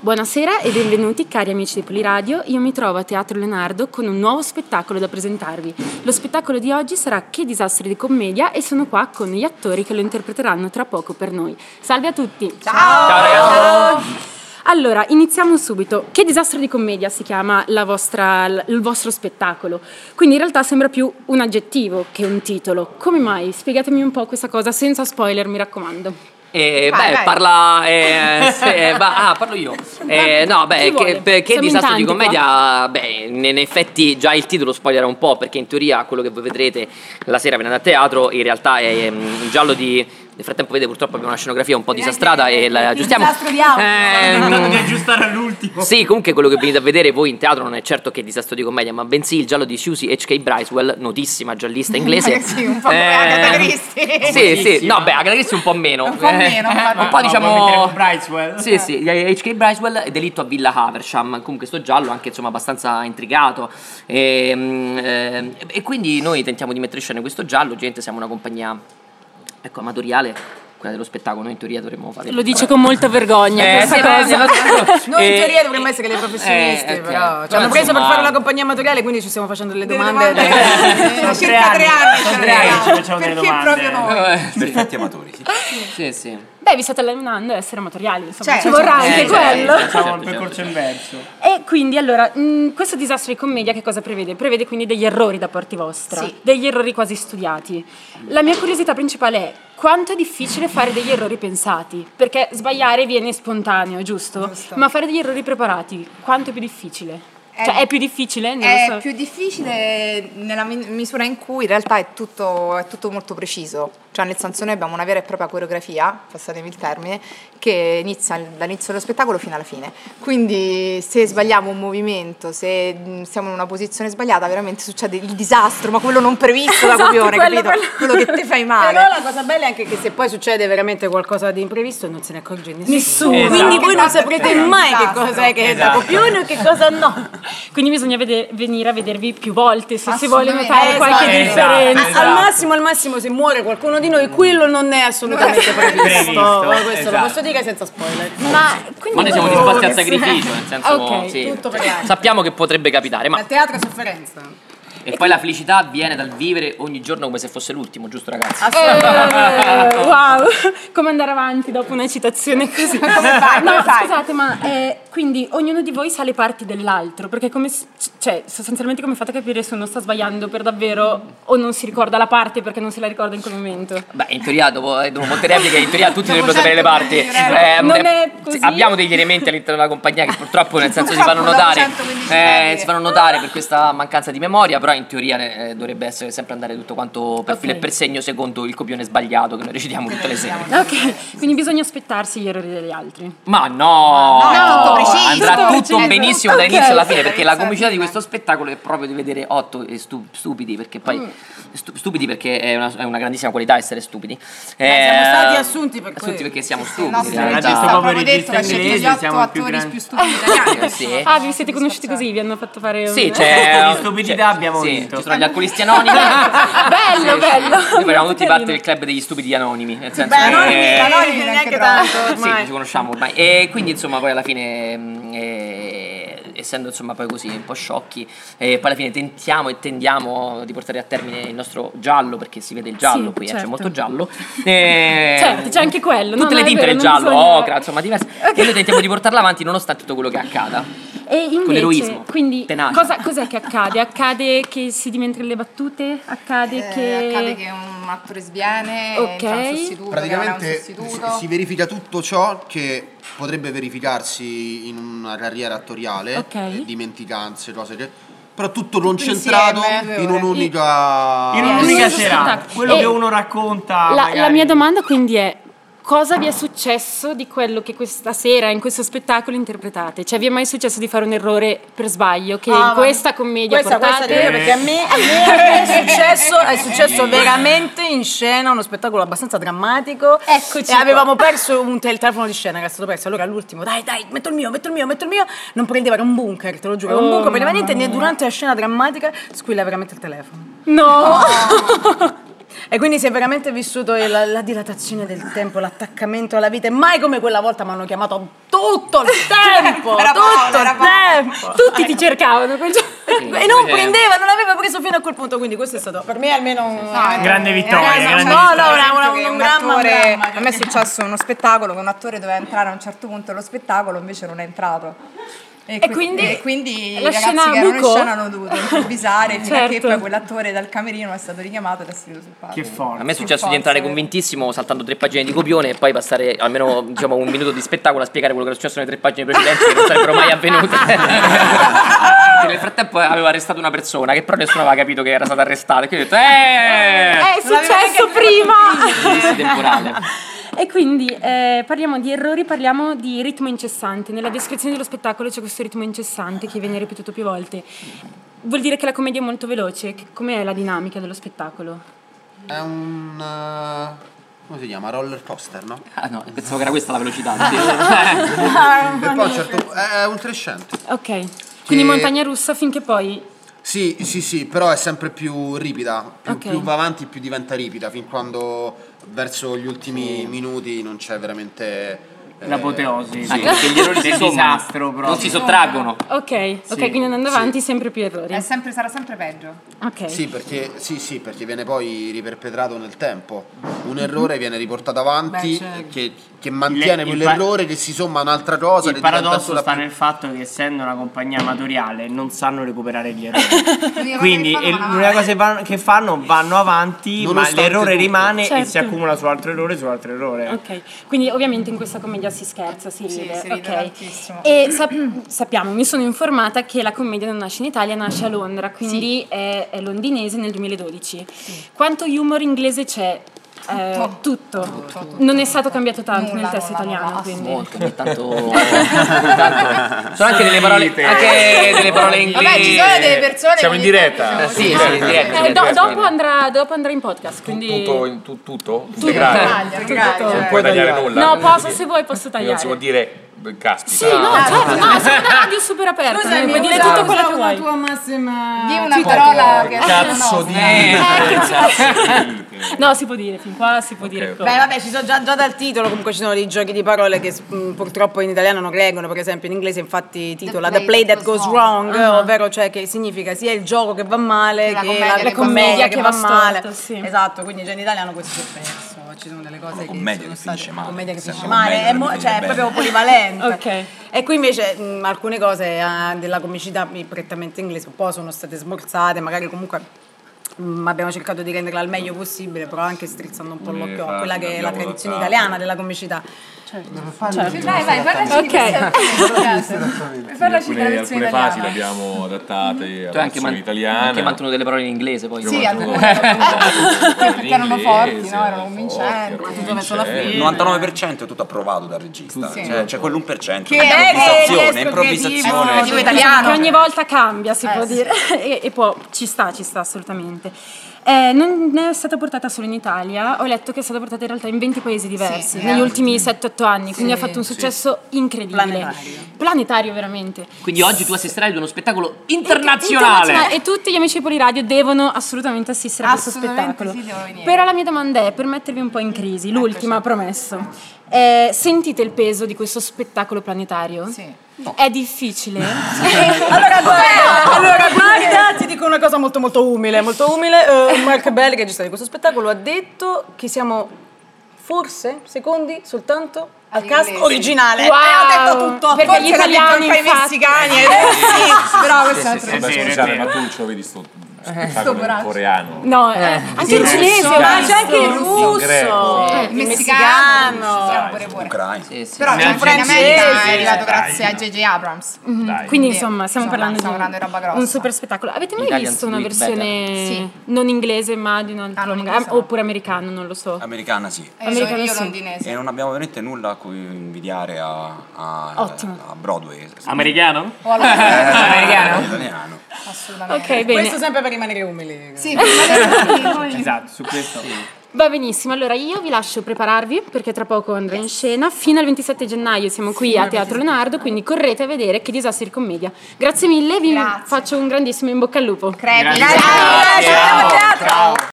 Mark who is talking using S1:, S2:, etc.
S1: Buonasera e benvenuti cari amici di Poliradio, io mi trovo a Teatro Leonardo con un nuovo spettacolo da presentarvi. Lo spettacolo di oggi sarà Che disastri di commedia e sono qua con gli attori che lo interpreteranno tra poco per noi. Salve a tutti!
S2: Ciao! Ciao ragazzi!
S1: Allora, iniziamo subito. Che disastro di commedia si chiama la vostra- l- il vostro spettacolo? Quindi in realtà sembra più un aggettivo che un titolo. Come mai? Spiegatemi un po' questa cosa senza spoiler, mi raccomando.
S2: Eh,
S3: Vai,
S2: beh,
S3: vai.
S2: parla. eh, se- va- ah, parlo io. Eh, no,
S1: Chi vuole?
S2: beh, che, per- che
S1: Siamo in
S2: disastro
S1: tanti
S2: di commedia. Beh, in in effetti già il titolo spoilerà un po', perché in teoria quello che voi vedrete la sera venendo a teatro, in realtà è mm, un giallo di. Nel frattempo, vedete, purtroppo abbiamo una scenografia un po' disastrata e la aggiustiamo.
S3: disastro di audio.
S2: Eh,
S3: Ho
S2: mm,
S4: Tentato di aggiustare all'ultimo.
S2: Sì, comunque quello che venite a vedere voi in teatro non è certo che disastro di commedia, ma bensì il giallo di Susie H.K. Bricewell, notissima gialliista inglese. Eh,
S3: Sì, un po' come Agatha Christie.
S2: Sì, sì,
S4: Bellissima.
S2: no, beh, Agatha Christie un po' meno. Eh,
S3: Un po' meno, infatti.
S2: un po'
S4: No, vuoi mettere con
S2: diciamo...
S4: Brightwell?
S2: Sì, sì, H.K. Bricewell, delitto a Villa Haversham, comunque sto giallo anche insomma abbastanza intrigato e, mm, eh, e quindi noi tentiamo di mettere in scena questo giallo, gente siamo una compagnia ecco, amatoriale, quella dello spettacolo, noi in teoria dovremmo fare...
S1: Lo dice con molta vergogna
S2: Eh,
S1: questa
S2: sì,
S1: cosa.
S2: sì, sì.
S3: Noi in
S2: Eh,
S3: teoria dovremmo essere dei professionisti,
S2: eh, ok.
S3: però ci
S2: Però,
S3: hanno preso per
S2: insomma-
S3: fare una compagnia amatoriale, quindi ci stiamo facendo delle domande.
S4: Sono tre anni, sono tre anni ci facciamo delle
S3: Perché
S4: domande.
S3: proprio noi?
S5: Perfetti amatori. sì.
S2: Eh, Sì, sì.
S1: Beh, vi state allenando a essere amatoriali, insomma,
S3: Cioè,
S1: ci vorrà
S3: eh,
S1: anche
S2: cioè,
S1: quello.
S2: certo,
S4: Facciamo il
S2: certo,
S4: percorso
S2: certo.
S4: inverso.
S1: E quindi allora, mh, questo disastro di commedia che cosa prevede? Prevede quindi degli errori da parte vostra,
S3: Sì.
S1: degli errori quasi studiati. La mia curiosità principale è quanto è difficile fare degli errori pensati, perché sbagliare viene spontaneo, giusto?
S3: Giusto.
S1: Ma fare degli errori preparati, quanto è più difficile?
S3: È-
S1: cioè è più difficile? Non lo
S3: È
S1: so.
S3: più difficile nella mi- misura in cui in realtà è tutto, è tutto molto preciso, cioè nel senso noi abbiamo una vera e propria coreografia, passatemi il termine, che inizia dall'inizio dello spettacolo fino alla fine. Quindi se sbagliamo un movimento, se mh, siamo in una posizione sbagliata, veramente succede il disastro, ma quello non previsto da
S1: Esatto,
S3: copione,
S1: quello,
S3: capito? Quello.
S1: quello.
S3: che ti fai male.
S6: Però la cosa bella è anche che se poi succede veramente qualcosa di imprevisto non se ne accorge nessuno.
S1: Nessuno.
S6: Quindi voi non
S3: Esatto.
S6: saprete mai che
S3: Esatto.
S6: cosa è che è da
S4: Esatto.
S6: copione o che cosa no.
S1: Quindi bisogna vede- venire a vedervi più volte se si vuole
S3: Assolutamente.
S1: notare qualche
S4: Esatto,
S1: differenza.
S4: esatto.
S6: Al massimo, al massimo, se muore qualcuno di noi, quello non è assolutamente previsto.
S4: Previsto,
S6: Questo lo
S4: esatto.
S6: posso dire senza spoiler.
S1: Ma, quindi
S2: Ma noi siamo
S1: voi-
S2: disposti al sacrificio, nel senso
S1: Ok,
S2: sì,
S6: tutto per Eh, l'anno.
S2: sappiamo che potrebbe capitare, ma
S6: Al teatro è sofferenza.
S2: E poi la felicità viene dal vivere ogni giorno come se fosse l'ultimo, giusto ragazzi?
S1: Eh, wow, come andare avanti dopo una citazione così?
S3: Come fai,
S1: No,
S3: come fai?
S1: scusate, ma eh, quindi ognuno di voi sa le parti dell'altro, perché come, s- cioè, sostanzialmente come fate a capire se uno sta sbagliando per davvero o non si ricorda la parte perché non se la ricorda in quel momento?
S2: Beh, in teoria dopo, eh, dopo molte repliche, in teoria tutti dovrebbero sapere le parti. Ehm,
S1: Non è così.
S2: Abbiamo degli elementi all'interno della compagnia che purtroppo nel senso si
S3: Purtroppo
S2: fanno
S3: dopo
S2: notare.
S3: 115
S2: eh,
S3: repliche.
S2: si fanno notare per questa mancanza di memoria, però in teoria eh, dovrebbe essere sempre andare tutto quanto per
S1: Ok.
S2: filo e per segno secondo il copione sbagliato che noi recitiamo tutte le sere.
S1: Ok, quindi bisogna aspettarsi gli errori degli altri.
S2: Ma no,
S3: Ma no, è tutto preciso.
S2: andrà
S1: Tutto
S2: tutto
S1: preciso.
S2: benissimo
S1: Ok.
S2: dall'inizio alla fine
S3: Sì,
S2: perché la comicità
S3: dall'inizio alla
S2: di
S3: fine.
S2: questo spettacolo è proprio di vedere otto eh, stu- stupidi perché poi stu- stupidi perché è una, è una grandissima qualità essere stupidi.
S6: siamo
S2: Eh,
S6: stati assunti per
S2: assunti
S6: quello.
S2: perché siamo
S3: Il
S2: stupidi.
S3: nostro
S2: in
S4: l'ha
S3: regista
S2: realtà.
S4: detto
S3: ha
S4: proprio
S3: proprio
S4: il
S3: detto
S4: regista
S3: che ha scelto gli
S4: inglese, siamo
S3: otto
S4: i più
S3: attori
S4: grandi.
S3: più stupidi italiani.
S2: Eh, Sì.
S1: Ah, vi siete conosciuti così? Vi hanno fatto fare un...
S2: Sì, cioè, c'è cioè,
S4: Di stupidità abbiamo
S2: sì,
S4: vinto.
S2: Ci sono gli alcolisti anonimi.
S1: Bello, bello.
S2: Noi eravamo
S1: molto
S2: tutti parte
S1: carino.
S2: del club degli stupidi anonimi. Nel senso
S6: Beh,
S2: che-
S6: anonimi, anonimi
S3: Eh,
S6: neanche
S3: neanche
S6: tanto
S2: Sì,
S6: ormai.
S2: ci conosciamo ormai. E quindi, insomma, poi alla fine. mh, eh, essendo insomma poi così un po' sciocchi, eh, poi alla fine tentiamo e tendiamo di portare a termine il nostro giallo, perché si vede il giallo
S1: Sì,
S2: qui, eh,
S1: certo.
S2: c'è molto giallo. Eh,
S1: Certo, c'è anche quello. No,
S2: Tutte
S1: no,
S2: le
S1: è
S2: tinte
S1: vero,
S2: del
S1: non
S2: giallo,
S1: bisogna-
S2: ocra, insomma, diverse. E noi tentiamo di portarla avanti nonostante tutto quello che accada.
S1: E invece,
S2: l'eroismo,
S1: quindi,
S2: tenacia.
S1: cosa, cos'è che accade? Accade che si dimenticano le battute? Accade
S3: Eh,
S1: che...
S3: accade che un attore sviene,
S1: Ok.
S3: entra un sostituto,
S7: Praticamente
S3: viene un sostituto.
S7: si- si verifica tutto ciò che potrebbe verificarsi in una carriera attoriale,
S1: Ok.
S7: eh, dimenticanze, cose che... Però tutto concentrato
S3: insieme, due
S7: in
S3: ore.
S7: un'unica...
S4: In
S1: un
S4: un'unica
S1: unico
S4: serata,
S1: spettacolo.
S4: quello
S1: E
S4: che uno racconta.
S1: La- la,
S4: Ah, magari.
S1: mia domanda quindi è cosa vi è successo di quello che questa sera in questo spettacolo interpretate? Cioè vi è mai successo di fare un errore per sbaglio che in
S6: Ah, ma-
S1: questa commedia
S6: questa,
S1: portate?
S6: questa è vero, perché a me, a me- a me è, successo, è successo veramente in scena uno spettacolo abbastanza drammatico
S1: Eccoci
S6: e
S1: qua.
S6: avevamo perso un te- il telefono di scena che era stato perso allora all'ultimo dai dai metto il mio metto il mio metto il mio non prendeva era un bunker te lo giuro era un
S1: Oh,
S6: bunker prendeva niente
S1: mamma
S6: e durante la scena drammatica squilla veramente il telefono
S1: No!
S6: e quindi si è veramente vissuto il- la dilatazione del tempo, l'attaccamento alla vita. E mai come quella volta mi hanno chiamato tutto il tempo,
S3: Era
S6: tutto
S3: Paola, era
S6: il
S3: Paola.
S6: tempo.
S1: Tutti ti cercavano quel giorno.
S6: E non
S2: Sì.
S6: prendeva, non aveva preso fino a quel punto, quindi questo è stato per me almeno un...
S3: Ah,
S4: Grande vittoria,
S6: eh,
S4: grande
S6: no,
S4: vittoria.
S6: no, una- una-
S3: Che
S6: un
S3: un
S6: dramma, un
S3: attore-
S6: dramma.
S3: A me è successo uno spettacolo che un attore doveva entrare a un certo punto allo spettacolo, invece non è entrato.
S1: E
S3: que-
S1: quindi
S3: e quindi i
S1: la
S3: ragazzi
S1: scena
S3: che erano in
S1: bucò?
S3: scena hanno dovuto improvvisare fino a che
S1: Certo.
S3: poi quell'attore dal camerino è stato richiamato ed è seduto sul palco.
S4: Che
S2: A
S4: forte.
S2: me è successo di
S3: forza,
S2: entrare
S3: eh.
S2: convintissimo saltando tre pagine di copione e poi passare almeno diciamo, un minuto di spettacolo a spiegare quello che era successo nelle tre pagine precedenti che non sarebbero mai avvenute. Che nel frattempo avevo arrestato una persona che però nessuno aveva capito che era stata arrestata. E quindi ho detto, eh!
S1: È successo prima!
S2: Crisi temporale.
S1: E quindi eh, parliamo di errori, parliamo di ritmo incessante. Nella descrizione dello spettacolo c'è questo ritmo incessante che viene ripetuto più volte. Vuol dire che la commedia è molto veloce. Che- Com'è la dinamica dello spettacolo?
S7: È un... eh, come si chiama? Roller coaster, no?
S2: Ah no, pensavo che era questa la velocità. sì.
S3: Ah,
S7: e poi a un certo... È un crescente.
S1: Ok. Quindi montagna russa finché poi...
S7: Sì, sì, sì, però è sempre più ripida. Più,
S1: Ok.
S7: più va avanti, più diventa ripida, fin quando verso gli ultimi minuti non c'è veramente. eh,
S4: L'apoteosi.
S2: Anche perché gli errori si
S4: Del
S2: sommano,
S4: disastro proprio.
S2: Non si sottraggono.
S1: Ok, ok, quindi andando avanti sempre più errori.
S3: È sempre- sarà sempre peggio.
S1: Ok.
S7: Sì perché, sì, sì, perché viene poi riperpetrato nel tempo. Un errore viene riportato avanti che, che mantiene
S4: Il- il
S7: quell'errore che si somma a un'altra cosa.
S4: Il
S7: che diventa
S4: paradosso
S7: ancora
S4: sta
S7: più-
S4: nel fatto che essendo una compagnia amatoriale non sanno recuperare gli errori. Quindi
S3: cosa che
S4: eh,
S3: fanno,
S4: l'unica cosa che vanno- che fanno vanno avanti, ma
S7: Nonostante
S4: l'errore
S7: tutto.
S4: rimane e si
S1: Certo.
S4: accumula su altro errore su altro errore.
S1: Ok, quindi ovviamente in questa commedia si scherza, si
S3: Sì,
S1: ride.
S3: si ride
S1: ok.
S3: tantissimo.
S1: E sap- sappiamo, mi sono informata che la commedia non nasce in Italia, nasce a Londra, quindi è, è londinese nel 2012. Quanto humor inglese c'è? Eh,
S3: Tutto.
S1: tutto. Non è stato cambiato tanto nel
S3: Nulla,
S1: testo
S3: nulla,
S1: italiano.
S3: nulla,
S1: quindi.
S2: Molto, ogni tanto, tanto- Sono anche delle parole, anche delle parole inglesi.
S3: Vabbè, ci sono delle persone
S5: Siamo
S3: che
S5: in
S3: ogni tanto
S5: diretta.
S2: Eh, Sì, sì, diretto,
S1: Eh, do-
S2: diretto.
S1: dopo, andrà, dopo andrà in podcast, quindi...
S5: Tutto, in, tu- tutto
S1: Tutto,
S5: integrale.
S3: tagliano,
S1: tutto,
S3: tagliano.
S1: tutto.
S5: Non puoi tagliare
S4: tagliare.
S5: nulla.
S1: No, posso, se vuoi, posso
S5: Quindi Non si può
S1: tagliare.
S5: dire beh, caspita.
S1: Sì, no, certo, no, sono una radio super aperta, Eh, puoi dire tutto quello che vuoi.
S3: Di una parola che
S5: Cazzo di
S1: No, si può dire, fin qua si può dire
S5: ok.
S1: cose.
S6: Beh, vabbè, ci sono già, già dal titolo, comunque ci sono dei giochi di parole che mh, purtroppo in italiano non reggono, per esempio in inglese infatti titola The Play That Goes Wrong, ovvero cioè che significa sia il gioco che va male
S3: Che la
S6: che
S3: commedia
S6: la,
S3: che
S6: la
S3: va
S6: commedia
S1: storta,
S6: che va
S1: che va
S6: male.
S1: storta, sì.
S6: Esatto, quindi già in italiano questo è perso, ci sono delle cose che
S5: commedia
S6: sono
S5: che
S6: state-
S5: finisce male,
S6: commedia che
S5: sempre
S6: finisce male,
S5: commedia
S6: è
S5: che
S6: mo-
S5: finisce
S6: cioè è
S5: bene.
S6: proprio polivalente.
S1: Ok.
S6: E qui invece mh, alcune cose eh, della comicità prettamente inglese un po' sono state smorzate, magari comunque mh, abbiamo cercato di renderla al meglio possibile, però anche strizzando un po'
S5: Eh,
S6: l'occhio a
S5: infatti,
S6: quella che è la
S5: abbiamo
S6: tradizione
S5: adattato.
S6: italiana della comicità.
S3: Vai, vai, parlaci di
S1: Ok.
S3: questo. Parlaci di
S5: alcune,
S3: tradizione
S5: alcune fasi
S3: italiana.
S5: le abbiamo
S1: Mm-hmm.
S5: adattate
S2: Tu
S5: alla
S2: hai anche,
S5: versione
S2: man-
S5: italiana.
S2: anche mantenuto delle parole in inglese poi.
S5: Abbiamo
S3: Sì,
S5: mantenuto-
S3: alcune- perché
S5: in
S3: erano forti,
S5: inglese,
S3: no? Erano
S5: forti,
S3: vincenti.
S1: Ah,
S5: convincenti.
S8: Il 99% è tutto approvato dal regista, cioè, c'è quell'1%
S1: Eh,
S6: è
S8: improvvisazione,
S6: il resto
S8: improvvisazione.
S6: creativo.
S1: Diciamo Che ogni volta cambia,
S6: Eh,
S1: si può dire. E, e può, ci sta, ci sta assolutamente. Eh, non è stata portata solo in Italia, ho letto che è stata portata in realtà in 20 paesi diversi negli ultimi 7-8 anni, quindi ha fatto un successo incredibile.
S6: Planetario.
S1: Planetario, veramente.
S2: Quindi oggi tu assisterai ad uno spettacolo internazionale.
S1: Internazionale. E tutti gli amici di Poliradio devono assolutamente assistere a questo
S3: Assolutamente
S1: spettacolo.
S3: sì, devo venire.
S1: Però la mia domanda è, per mettervi un po' in crisi, l'ultima, promesso. Eh, sentite il peso di questo spettacolo planetario?
S3: Sì.
S1: È difficile?
S6: Allora guarda, allora, guarda, ti dico una cosa molto molto umile, molto umile. Eh, Mark Bell, che è gestore di questo spettacolo, ha detto che siamo forse secondi soltanto al cast
S3: Inglesi.
S6: originale.
S1: Wow.
S6: E ho detto tutto.
S1: Perché
S6: Forse
S1: gli
S6: l'ha detto
S1: italiani,
S6: anche ai
S1: infatti.
S6: messicani. eh, sì, però questo è un altro
S4: È
S5: Vabbè,
S4: vero, è
S5: scusate,
S4: vero.
S5: ma tu non ce lo vedi sto
S1: Eh.
S5: spettacolo
S3: braccio.
S5: coreano.
S1: No, eh, anche il cinese,
S6: discorso.
S1: ma
S6: Ma c'è anche il
S5: Il greco.
S6: russo.
S3: Il messicano.
S5: Dai,
S3: Pure, pure.
S8: Ucraina.
S2: Sì, sì.
S3: Però
S4: Neanche
S3: in America
S4: francese,
S3: è arrivato
S4: dai,
S3: grazie a
S4: no.
S3: J.J. Abrams.
S5: Dai.
S1: Quindi insomma stiamo
S3: Insomma,
S1: parlando
S3: stiamo
S1: di
S3: parlando di roba
S1: un
S3: grossa.
S1: super spettacolo. Avete mai
S2: Italians
S1: visto una
S2: do it
S1: versione
S3: Sì.
S1: non inglese ma di un altro
S3: Ah, non
S1: magari-
S3: inglese, no.
S1: oppure americano, non lo so.
S8: Americana sì.
S3: E
S1: Americano
S3: io
S1: sì.
S3: londinese.
S8: E non abbiamo veramente nulla a cui invidiare a, a,
S1: Ottimo.
S8: a Broadway.
S4: Americano?
S3: O alla-
S8: Americano? Italiano.
S1: Ok,
S3: Assolutamente.
S1: bene.
S6: Questo sempre per rimanere umili.
S3: Sì, prima del-
S4: Esatto, su questo.
S1: Va benissimo. Allora io vi lascio prepararvi perché tra poco andrà in scena. Fino al 27 gennaio siamo qui a Teatro Leonardo, quindi correte a vedere che disastri di commedia. Grazie mille, vi
S3: Grazie.
S1: faccio un grandissimo in bocca al lupo.
S3: crepi.
S4: Grazie.
S3: Ciao, ciao, ciao.